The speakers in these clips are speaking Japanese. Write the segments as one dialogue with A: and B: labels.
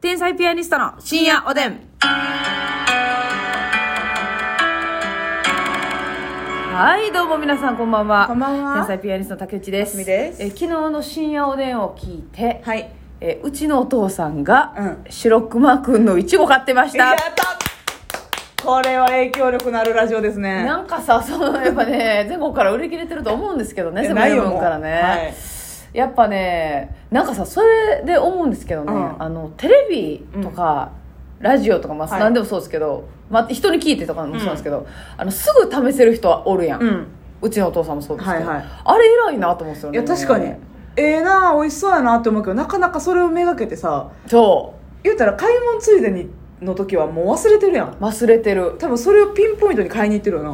A: 天才ピアニストの深夜おでん。はい、どうも皆さんこんばんは。
B: こんばんは
A: 天才ピアニストの竹内です。
B: ますみです
A: え昨日の深夜おでんを聞いて、
B: はい。
A: えうちのお父さんが、
B: うん
A: 白熊くんのいちご買ってまし
B: や
A: た
B: っ。たこれは影響力のあるラジオですね。
A: なんかさ、そのやっぱ ね、全国から売り切れてると思うんですけどね、
B: い
A: 全
B: や
A: 部
B: ないよ
A: 分からね、やっぱね、なんかさ、それで思うんですけどね、
B: うん
A: あのテレビとか、ラジオとか、まあ、
B: はい
A: 何でもそうですけど、まあ、人に聞いてとかもそうなんですけど、あのすぐ試せる人はおるやん、
B: も
A: う
B: うはい。うん。
A: ちのお父さんもそうですけど、
B: はいはい
A: あれ偉いなと思うんですよ
B: い
A: ね。
B: や、確かに。ええなあ美味しそうやなって思うけど、なかなかそれをめがけてさ、
A: そ
B: 言うたら買い物ついでにの時はもう忘れてるやん。
A: う、忘れてる。
B: 多分それをピンポイントに買いに行ってるよ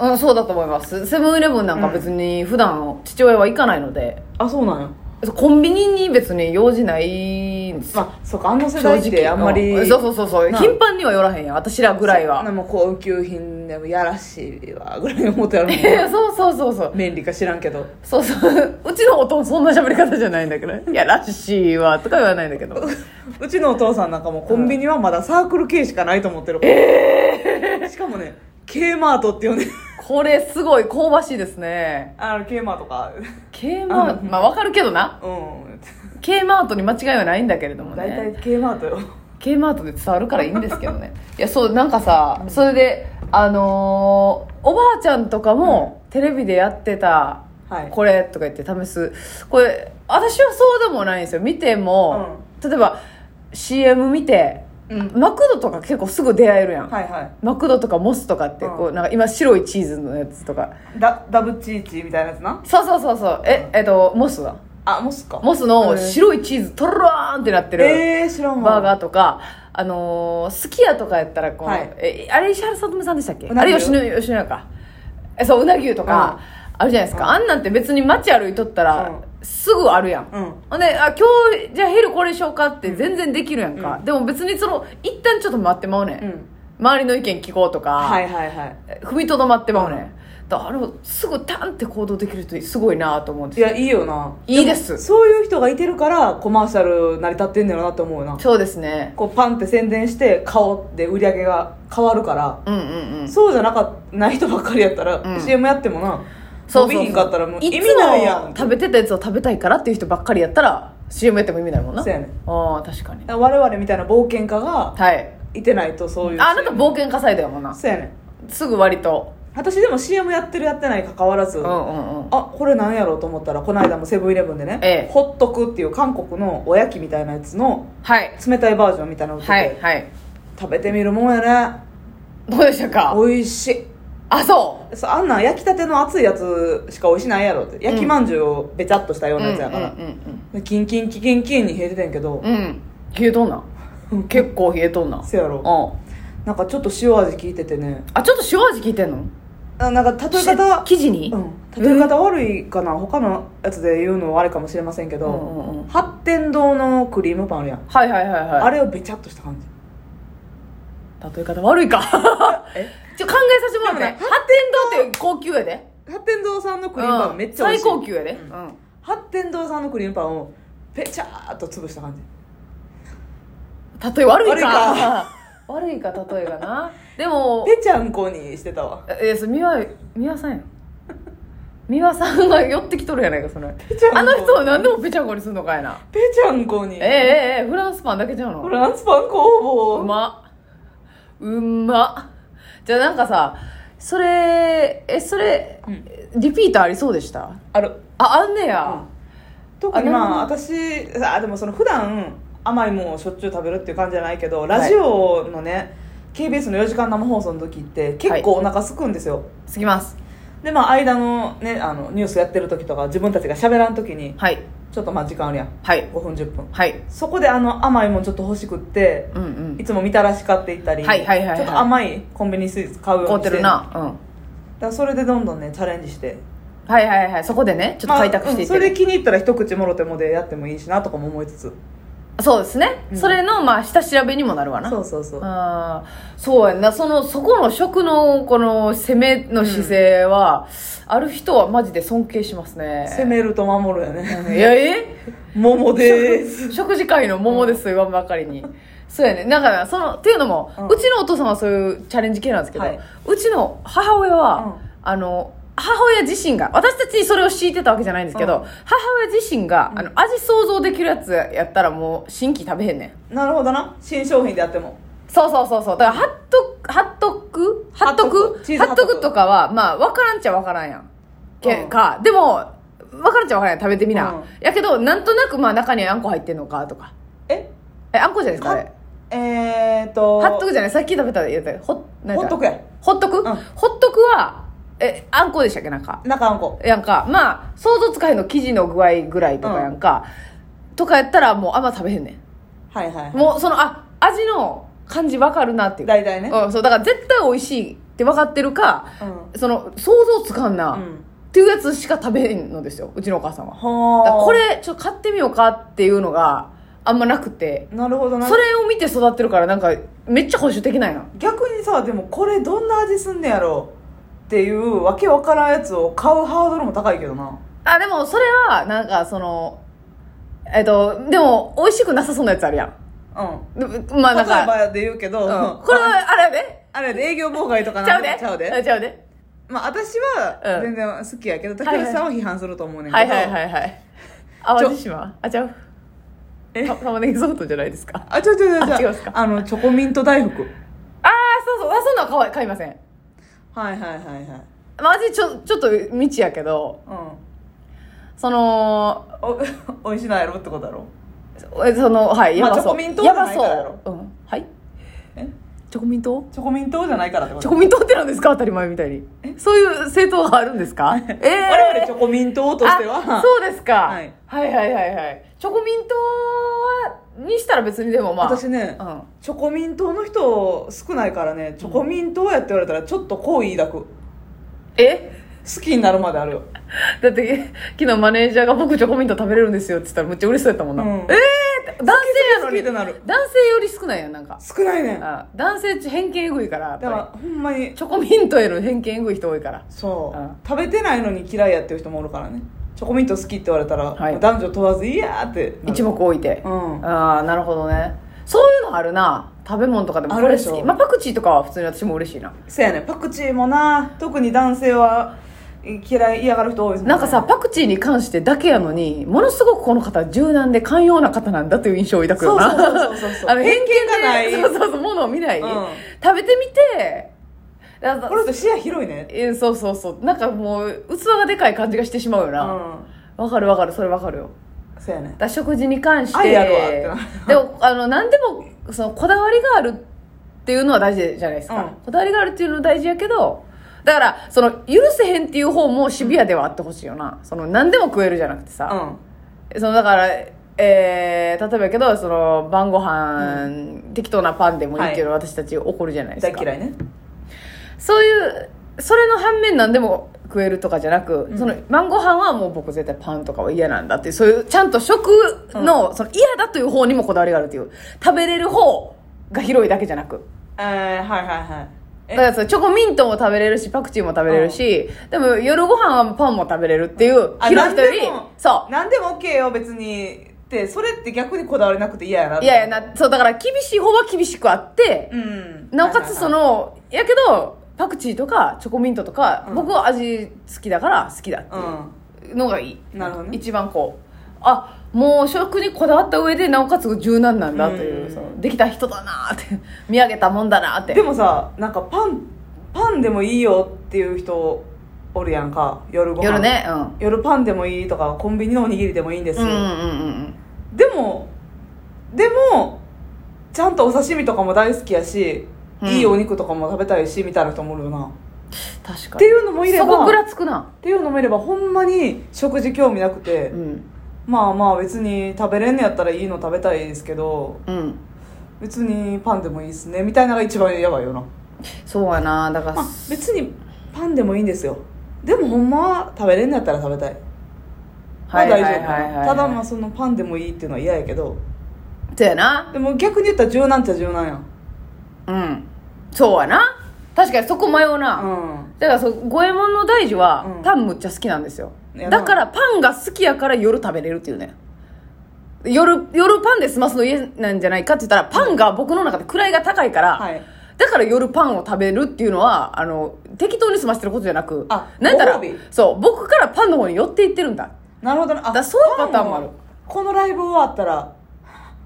B: な。
A: うん、そうだと思います。セブンイレブンなんか別に普段父親は行かないので、
B: あ、そうなんや。
A: コンビニに別に用事ないんですよ
B: まあ、そうか、あの世代ってあんまり。
A: うんそうそうそうそう
B: な
A: 頻繁には寄らへんやん私らぐらい
B: そん
A: は。
B: なもう高級品でもやらしいわ、ぐらいのことやろもん
A: そうそうそうそう
B: 便利か知らんけど。
A: そうそううちのお父さんそんな喋り方じゃないんだけど ねいやらしいわとか言わないんだけど
B: うちのお父さんなんかもうコンビニはまだサークル系しかないと思ってる、しかもね K マートって呼んで
A: これすごい香ばしいですね
B: あの K マートか
A: K マートまあわかるけどな
B: うん
A: K マートに間違いはないんだけれども
B: 大体
A: ね
B: K マートよ
A: K マートで伝わるからいいんですけどねいやそうなんかさそれであのーおばあちゃんとかもテレビでやってた
B: はい
A: これとか言って試すこれ私はそうでもないんですよ見ても、例えば CM 見て、
B: うん
A: マクドとか結構すぐ出会えるやん、
B: はいは
A: マクドとかモスとかってこう、
B: うん
A: なんか今白いチーズのやつとか
B: いダダブチーチーみたいなやつな
A: そうそうそうそうえ、えっとモスは
B: あモスか
A: モスの
B: へー
A: 白いチーズとろろーんってなってる、
B: えー、知らんわ
A: バーガーとか、あのー、すき家とかやったらこう、
B: はい
A: えあれ石原さとみさんでしたっけ
B: うな
A: あ
B: ぎ
A: れ
B: よ
A: 吉野吉野家かえそううな牛とか、あるじゃないですか、あんなんて別に街歩いとったら、すぐあるやん、
B: うん
A: ほんであ今日じゃあ昼これしようかって全然できるやんか、でも別にその一旦ちょっと待ってまうねん、
B: うん
A: 周りの意見聞こうとか、
B: はいはいはい
A: 踏みとどまってまうねん、だからあれをすぐタンって行動できる人すごいなと思うんで
B: い
A: すよ
B: やいいよない
A: いです
B: そういう人がいてるからコマーシャル成り立ってんねやろなって思うよな
A: そうですね
B: こうパンって宣伝して顔で売り上げが変わるから
A: うんうんうん
B: そうじゃなかない人ばっかりやったら、
A: うん
B: CM やってもな
A: そうそうそう
B: 伸びひんかったらもう意
A: つ
B: 味
A: も
B: ないやん
A: 食べてたやつを食べたいからっていう人ばっかりやったら CM やっても意味ないもんな
B: そうやねん
A: ああ確かに
B: だから我々みたいな冒険家が
A: はい
B: いてないとそういう
A: ああなた冒険家サイドやもんな
B: そうやねん
A: すぐ割と
B: 私でも CM やってるやってないかかわらず、
A: うんうんうん
B: あこれなんやろうと思ったらこの間もセブンイレブンでね、
A: ええ
B: ホットクっていう韓国のおやきみたいなやつの
A: はい
B: 冷たいバージョンみたいなの売ってて、
A: はいはい
B: 食べてみるもんやね
A: どうでしたか
B: 美味しい
A: あそ
B: そうあんなん焼きたての熱いやつしか美味しないやろって焼きまんじゅうをべちゃっとしたよ
A: う
B: う
A: うん
B: な
A: うん
B: やつやから、
A: うん
B: でキンキンキキンキンに冷えててんけど、
A: うんうん冷えとんな結構冷えとんなうん
B: せやろなんかちょっと塩味効いててね
A: あちょっと塩味効いてんの
B: あなんか例え方
A: 生地に
B: うん、例え方悪いかな、他のやつで言うのはあれかもしれませんけ
A: うん
B: ど、
A: うんうん
B: 発展堂のクリームパンあるやん、
A: はいはいはいはい
B: あれをべちゃっとした感じ
A: 例え方悪いか
B: え
A: ちょ考えさせてもらって
B: でもね
A: 発展堂って高級やで
B: 発展堂さんのクリームパンめっちゃ美味しい、
A: 最高級やで、
B: う
A: う
B: ん
A: ん
B: 発展堂さんのクリームパンをべちゃーっと潰した感じ
A: 例え悪いか
B: 悪いか
A: 悪いか例えがなでも
B: ぺちゃんこにしてたわ
A: ええそう美輪美輪さんやん美輪さんが寄ってきとるやないかそれ
B: ちゃんこ
A: あの人は何でもぺちゃんこにすんのかいな
B: ぺちゃんこに
A: ええええフランスパンだけちゃうの
B: フランスパン工
A: う
B: 房
A: まうまじゃあなんかさそれえそれ、
B: うん
A: リピートありそうでした
B: ある
A: ああんねや、
B: 特にまあ
A: あな
B: 私あでもその普段甘いもんをしょっちゅう食べるっていう感じじゃないけどラジオのね、KBS の4時間生放送の時って結構お腹すくんですよ、
A: すきます
B: でまあ間のねあのニュースやってる時とか自分たちが喋らん時に
A: はい
B: ちょっとまあ時間あるやん
A: はい
B: 5分10分
A: はい
B: そこであの甘いもんちょっと欲しくって
A: うんうん
B: いつもみたらし買っていったり、
A: はいはいはいはい
B: ちょっと甘いコンビニスイーツ買うように
A: 凍
B: し
A: っててる
B: だか
A: なうん
B: らそれでどんどんねチャレンジして
A: はいはいはいそこでねちょっと開拓していって、
B: まあうんそれで気に入ったら一口もろてもでやってもいいしなとかも思いつつ
A: そうですね、
B: うん
A: それのまあ下調べにもなるわな
B: そうそうそう
A: あーそうやんなそのそこの食のこの攻めの姿勢は、ある人はマジで尊敬しますね
B: 攻めると守るよね
A: いやえ
B: 桃でーす
A: 食事会の桃です言わんばかり に、そうやねだからそのっていうのも、う
B: うん
A: ちのお父さんはそういうチャレンジ系なんですけど、
B: はいう
A: ちの母親は、
B: うん
A: あの母親自身が私たちにそれを敷いてたわけじゃないんですけど、
B: うん
A: 母親自身が、あの味想像できるやつやったらもう新規食べへんねん
B: なるほどな新商品であっても
A: そうそうそうそうだからハットクハットクハット
B: ハット
A: ク
B: クチーズ
A: ハ
B: ハ
A: ッ
B: ット
A: ト
B: ク
A: クとかはまあ分からんちゃ分からんやんけ、
B: うん
A: かでも分からんちゃ分からんやん食べてみな、
B: うん
A: やけどなんとなくまあ中にあんこ入ってんのかとか
B: え
A: えあんこじゃないですかあれ
B: えーと
A: ホットクじゃないさっき食べたやつホッ
B: ほっとくや
A: ホットク、
B: ん
A: ホットクはえあんこでしたっけなんか
B: 中あんこ
A: やんかまあ想像つかへんの生地の具合ぐらいとかやんか、とかやったらもうあんま食べへんね
B: はいはい
A: んもうそのあ味の感じ分かるなっていう
B: 大体ね
A: うん、そうだから絶対美味しいって分かってるか、
B: う
A: その想像つかんな、っ
B: うん
A: ていうやつしか食べへんのですようちのお母さんは
B: は
A: だから
B: あ
A: これちょっと買ってみようかっていうのがあんまなくて
B: なるほどな
A: それを見て育ってるからなんかめっちゃ保守的なんや
B: 逆にさでもこれどんな味すんねやろっていうわけわからんやつを買うハードルも高いけどな
A: あでもそれはなんかそのえっとでも美味しくなさそうなやつあるやん
B: うん
A: でまあなん
B: 例え
A: か、
B: ばで言うけど、
A: うん、これはあれやで
B: あれ営業妨害とか
A: ちゃ
B: な
A: うんで
B: かちゃうで
A: ちゃうで
B: まあ私は
A: うん
B: 全然好きやけど、
A: はい
B: 竹内さんは批判すると思うねんけど、
A: はいはいはいはい淡路島あちゃう
B: え
A: た玉ねぎソフトじゃないですか
B: あちょちょちょ
A: あ
B: ち
A: 違う
B: ょ
A: っすか
B: あのチョコミント大福
A: ああそうそうあそんなん買い買いません
B: はいはいはいはい
A: マジちょちょっと未知やけどその
B: うんお 美味しないやろってことだろ
A: えそのはい
B: ま
A: や
B: あ
A: ばそう、
B: チョコミン党じゃないからやろ
A: やばそう、うん、はい
B: え
A: チョコミン党
B: チョコミントじゃないからって こ
A: チョ
B: と
A: コミン党ってなんですか当たり前みたいにそういう政党があるんですかええ
B: 我々チョコミントとしては
A: あそうですか、
B: はい
A: はいはいはいはいチョコミン党はにしたら別にでもまあ
B: 私ね、
A: うん
B: チョコミントの人少ないからねチョコミントやって言われたらちょっと好意抱く
A: え
B: 好きになるまであるよ、
A: だって昨日マネージャーが「僕チョコミント食べれるんですよ」って言ったらめっちゃ嬉しそうやったもん
B: う
A: な、
B: ん、
A: え男性や
B: 好
A: の
B: きっ
A: に
B: てなる
A: 男性より少ないやんなんか
B: 少ないねんだか
A: あ男性って偏見えぐいからやっぱり
B: らほんまに
A: チョコミントへの偏見えぐい人多いから
B: そう、
A: うん
B: 食べてないのに嫌いやっていう人もおるからねチョコミント好きって言われたら、
A: はい
B: 男女問わずいやーってなる
A: 一目置いて、
B: うん
A: ああなるほどねそういうのあるな食べ物とかでも
B: あ
A: こ
B: る
A: れ
B: でしょ
A: 好き、まあ、パクチーとかは普通に私も嬉しいな
B: そうやねパクチーもな特に男性は嫌い嫌がる人多いですもん、ね、
A: なんかさパクチーに関してだけやのにものすごくこの方は柔軟で寛容な方なんだという印象を抱くよな
B: そうそうそうそうそ う
A: あの偏見
B: 偏見がない
A: でそうそうそうものを見ない、
B: うん
A: 食べてみてだ
B: これと視野広いね
A: えそうそうそうなんかもう器がでかい感じがしてしまうよ
B: う
A: なわ、
B: ん
A: かるわかるそれわかるよ
B: そうやね
A: だから食事に関して
B: 愛あるわって
A: で
B: な
A: もあの何でもそのこだわりがあるっていうのは大事じゃないですか、
B: うん
A: こだわりがあるっていうのは大事やけどだからその許せへんっていう方もシビアではあってほしいよなその何でも食えるじゃなくて
B: う
A: さ、
B: ん
A: そのだからえー、例えばやけどその晩ご飯、適当なパンでもいいけど、私たち怒るじゃないです
B: 大
A: か
B: 嫌いね
A: そういうそれの反面何でも食えるとかじゃなく、
B: うん
A: その晩ご飯はもう僕絶対パンとかは嫌なんだっていうそういうちゃんと食の,、その嫌だという方にもこだわりがあるっていう食べれる方が広いだけじゃなく
B: えー、はいはいはい
A: だ
B: え
A: からそのチョコミントも食べれるしパクチーも食べれるし、でも夜ご飯はパンも食べれるっていう
B: あ
A: 広い人より
B: 何でも
A: そ
B: 何でも OK よ別にってそれって逆にこだわりなくて嫌やな
A: ういやいやなそうだから厳しい方は厳しくあって、
B: うん
A: なおかつそのやけどパクチーとかチョコミントとか、
B: うん
A: 僕は味好きだから好きだって
B: う
A: いうんのがいい
B: なるほどね
A: 一番こうあもう食にこだわった上でなおかつ柔軟なんだといううんそのできた人だなーって 見上げたもんだなーって
B: でもさなんかパンパンでもいいよっていう人おるやんか夜ご飯
A: 夜ねうん
B: 夜パンでもいいとかコンビニのおにぎりでもいいんです、
A: うんうんうん
B: でもでもちゃんとお刺身とかも大好きやし、
A: うん
B: いいお肉とかも食べたいしみたいな人もおるよなっ
A: 確か
B: て
A: に
B: いうのもいれば
A: そこぐらつくな
B: っていうのもいればほんまに食事興味なくて、
A: うん
B: まあまあ別に食べれんのやったらいいの食べたいですけど
A: うん
B: 別にパンでもいいっすねみたいなのが一番やばいよな、
A: そうやなだから
B: まあ、別にパンでもいいんですよでもほんまは食べれんのやったら食べたいまあ大丈夫かなただまあそのパンでもいいっていうのは嫌やけど
A: そうやな
B: でも逆に言ったら柔軟っちゃ柔軟やん
A: うんそうやな確かにそこ迷うな、
B: うん
A: だからそう五右衛門の大事は、
B: うん
A: パンむっちゃ好きなんですよ
B: いや
A: だからパンが好きやから夜食べれるっていうね夜夜パンで済ますの家なんじゃないかって言ったらパンが僕の中で位が高いから、
B: はい
A: だから夜パンを食べるっていうのはあの適当に済ましてることじゃなく
B: あ
A: なんやったら
B: ご褒美
A: そう僕からパンの方に寄っていってるんだ
B: なるほどなあ
A: だそういうパターンもある
B: このライブ終わったら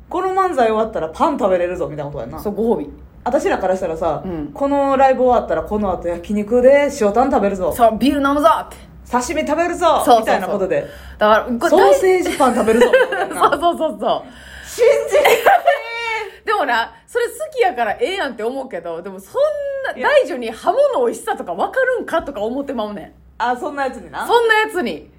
B: この漫才終わったらパン食べれるぞみたいなことやな
A: そうご褒美
B: 私らからしたらさ、
A: うん
B: このライブ終わったらこの後焼肉で塩タン食べるぞ
A: そうビール飲むぞって
B: 刺身食べるぞ
A: そうそうそう
B: みたいなことで
A: だからこれ
B: ソーセージパン食べるぞみた い
A: そう
B: な
A: そうそうそう
B: 信じられ
A: でもな、それ好きやからええやんって思うけど、でもそん
B: い
A: な、
B: や
A: 大女に刃物美味しさとか分かるんかとか思ってまうねん。
B: あそんなやつにな
A: そんなやつに。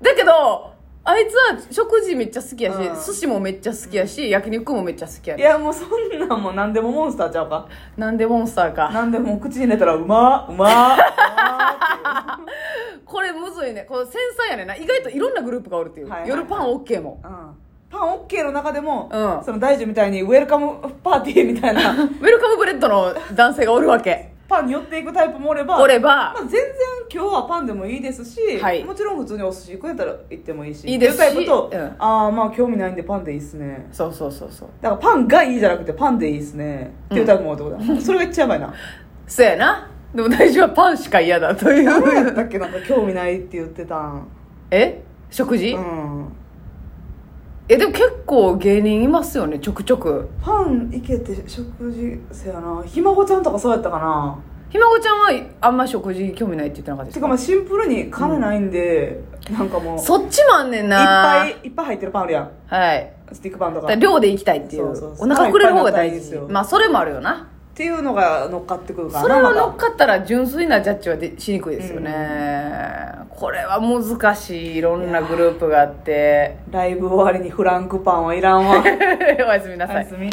A: だけど、あいつは食事めっちゃ好きやし、
B: うん
A: 寿司もめっちゃ好きやし、焼肉もめっちゃ好きや
B: い
A: し。
B: やもうそんなんもう何でもモンスターちゃうか
A: なんでモンスターか。
B: 何でも口に入れたらうまう まうまってい
A: これむずいね。この繊細やねんな。意外といろんなグループがおるっていう。
B: はいはい
A: 夜パン OK も。
B: う、うん、パン OK の中でも、
A: うん
B: その大樹みたいにウェルカムパーティーみたいな
A: ウェルカムブレッドの男性がおるわけ。
B: パンに寄っていくタイプもおれば
A: おれば
B: まあ、全然今日はパンでもいいですし、
A: はい
B: もちろん普通にお寿司食えたら行ってもいいし
A: いいですし
B: っていうタイプ
A: う
B: と、
A: ん
B: ああまあ興味ないんでパンでいいっすね
A: そうそうそうそう。
B: だからパンがいいじゃなくてパンでいいっすねっていうタイプもおるってことだ、それが一っちゃやば いな
A: そうやな。でも大女はパンしか嫌だとい
B: 何やっ
A: う。
B: たっけなんか興味ないって言ってたん
A: え食事、
B: うん
A: えでも結構芸人いますよねちょくちょく
B: パン行けて食事せやなひ孫ちゃんとかそうやったかな
A: ひまごちゃんはあんま食事興味ないって言ってなかったです
B: てかまあシンプルに金ないんで、なんかもういっ
A: そっちもあんねんな
B: ぱいいっぱい入ってるパンあるやん
A: はい
B: スティックパンと
A: だ
B: か
A: から量でいきたいっていう
B: そうそうそう
A: お腹膨れる方が大
B: いっぱいいっぱいいっぱいです
A: 事
B: よ
A: まあそれもあるよな
B: っていうのが乗っかってくるから
A: それは乗
B: ま
A: ったかったら純粋なジャッジはでしにくいですよね、これは難しいいろんなグループがあって
B: ライブ終わりにフランクパンはいらんわ
A: おやすみな
B: お
A: さ
B: や
A: い
B: すみ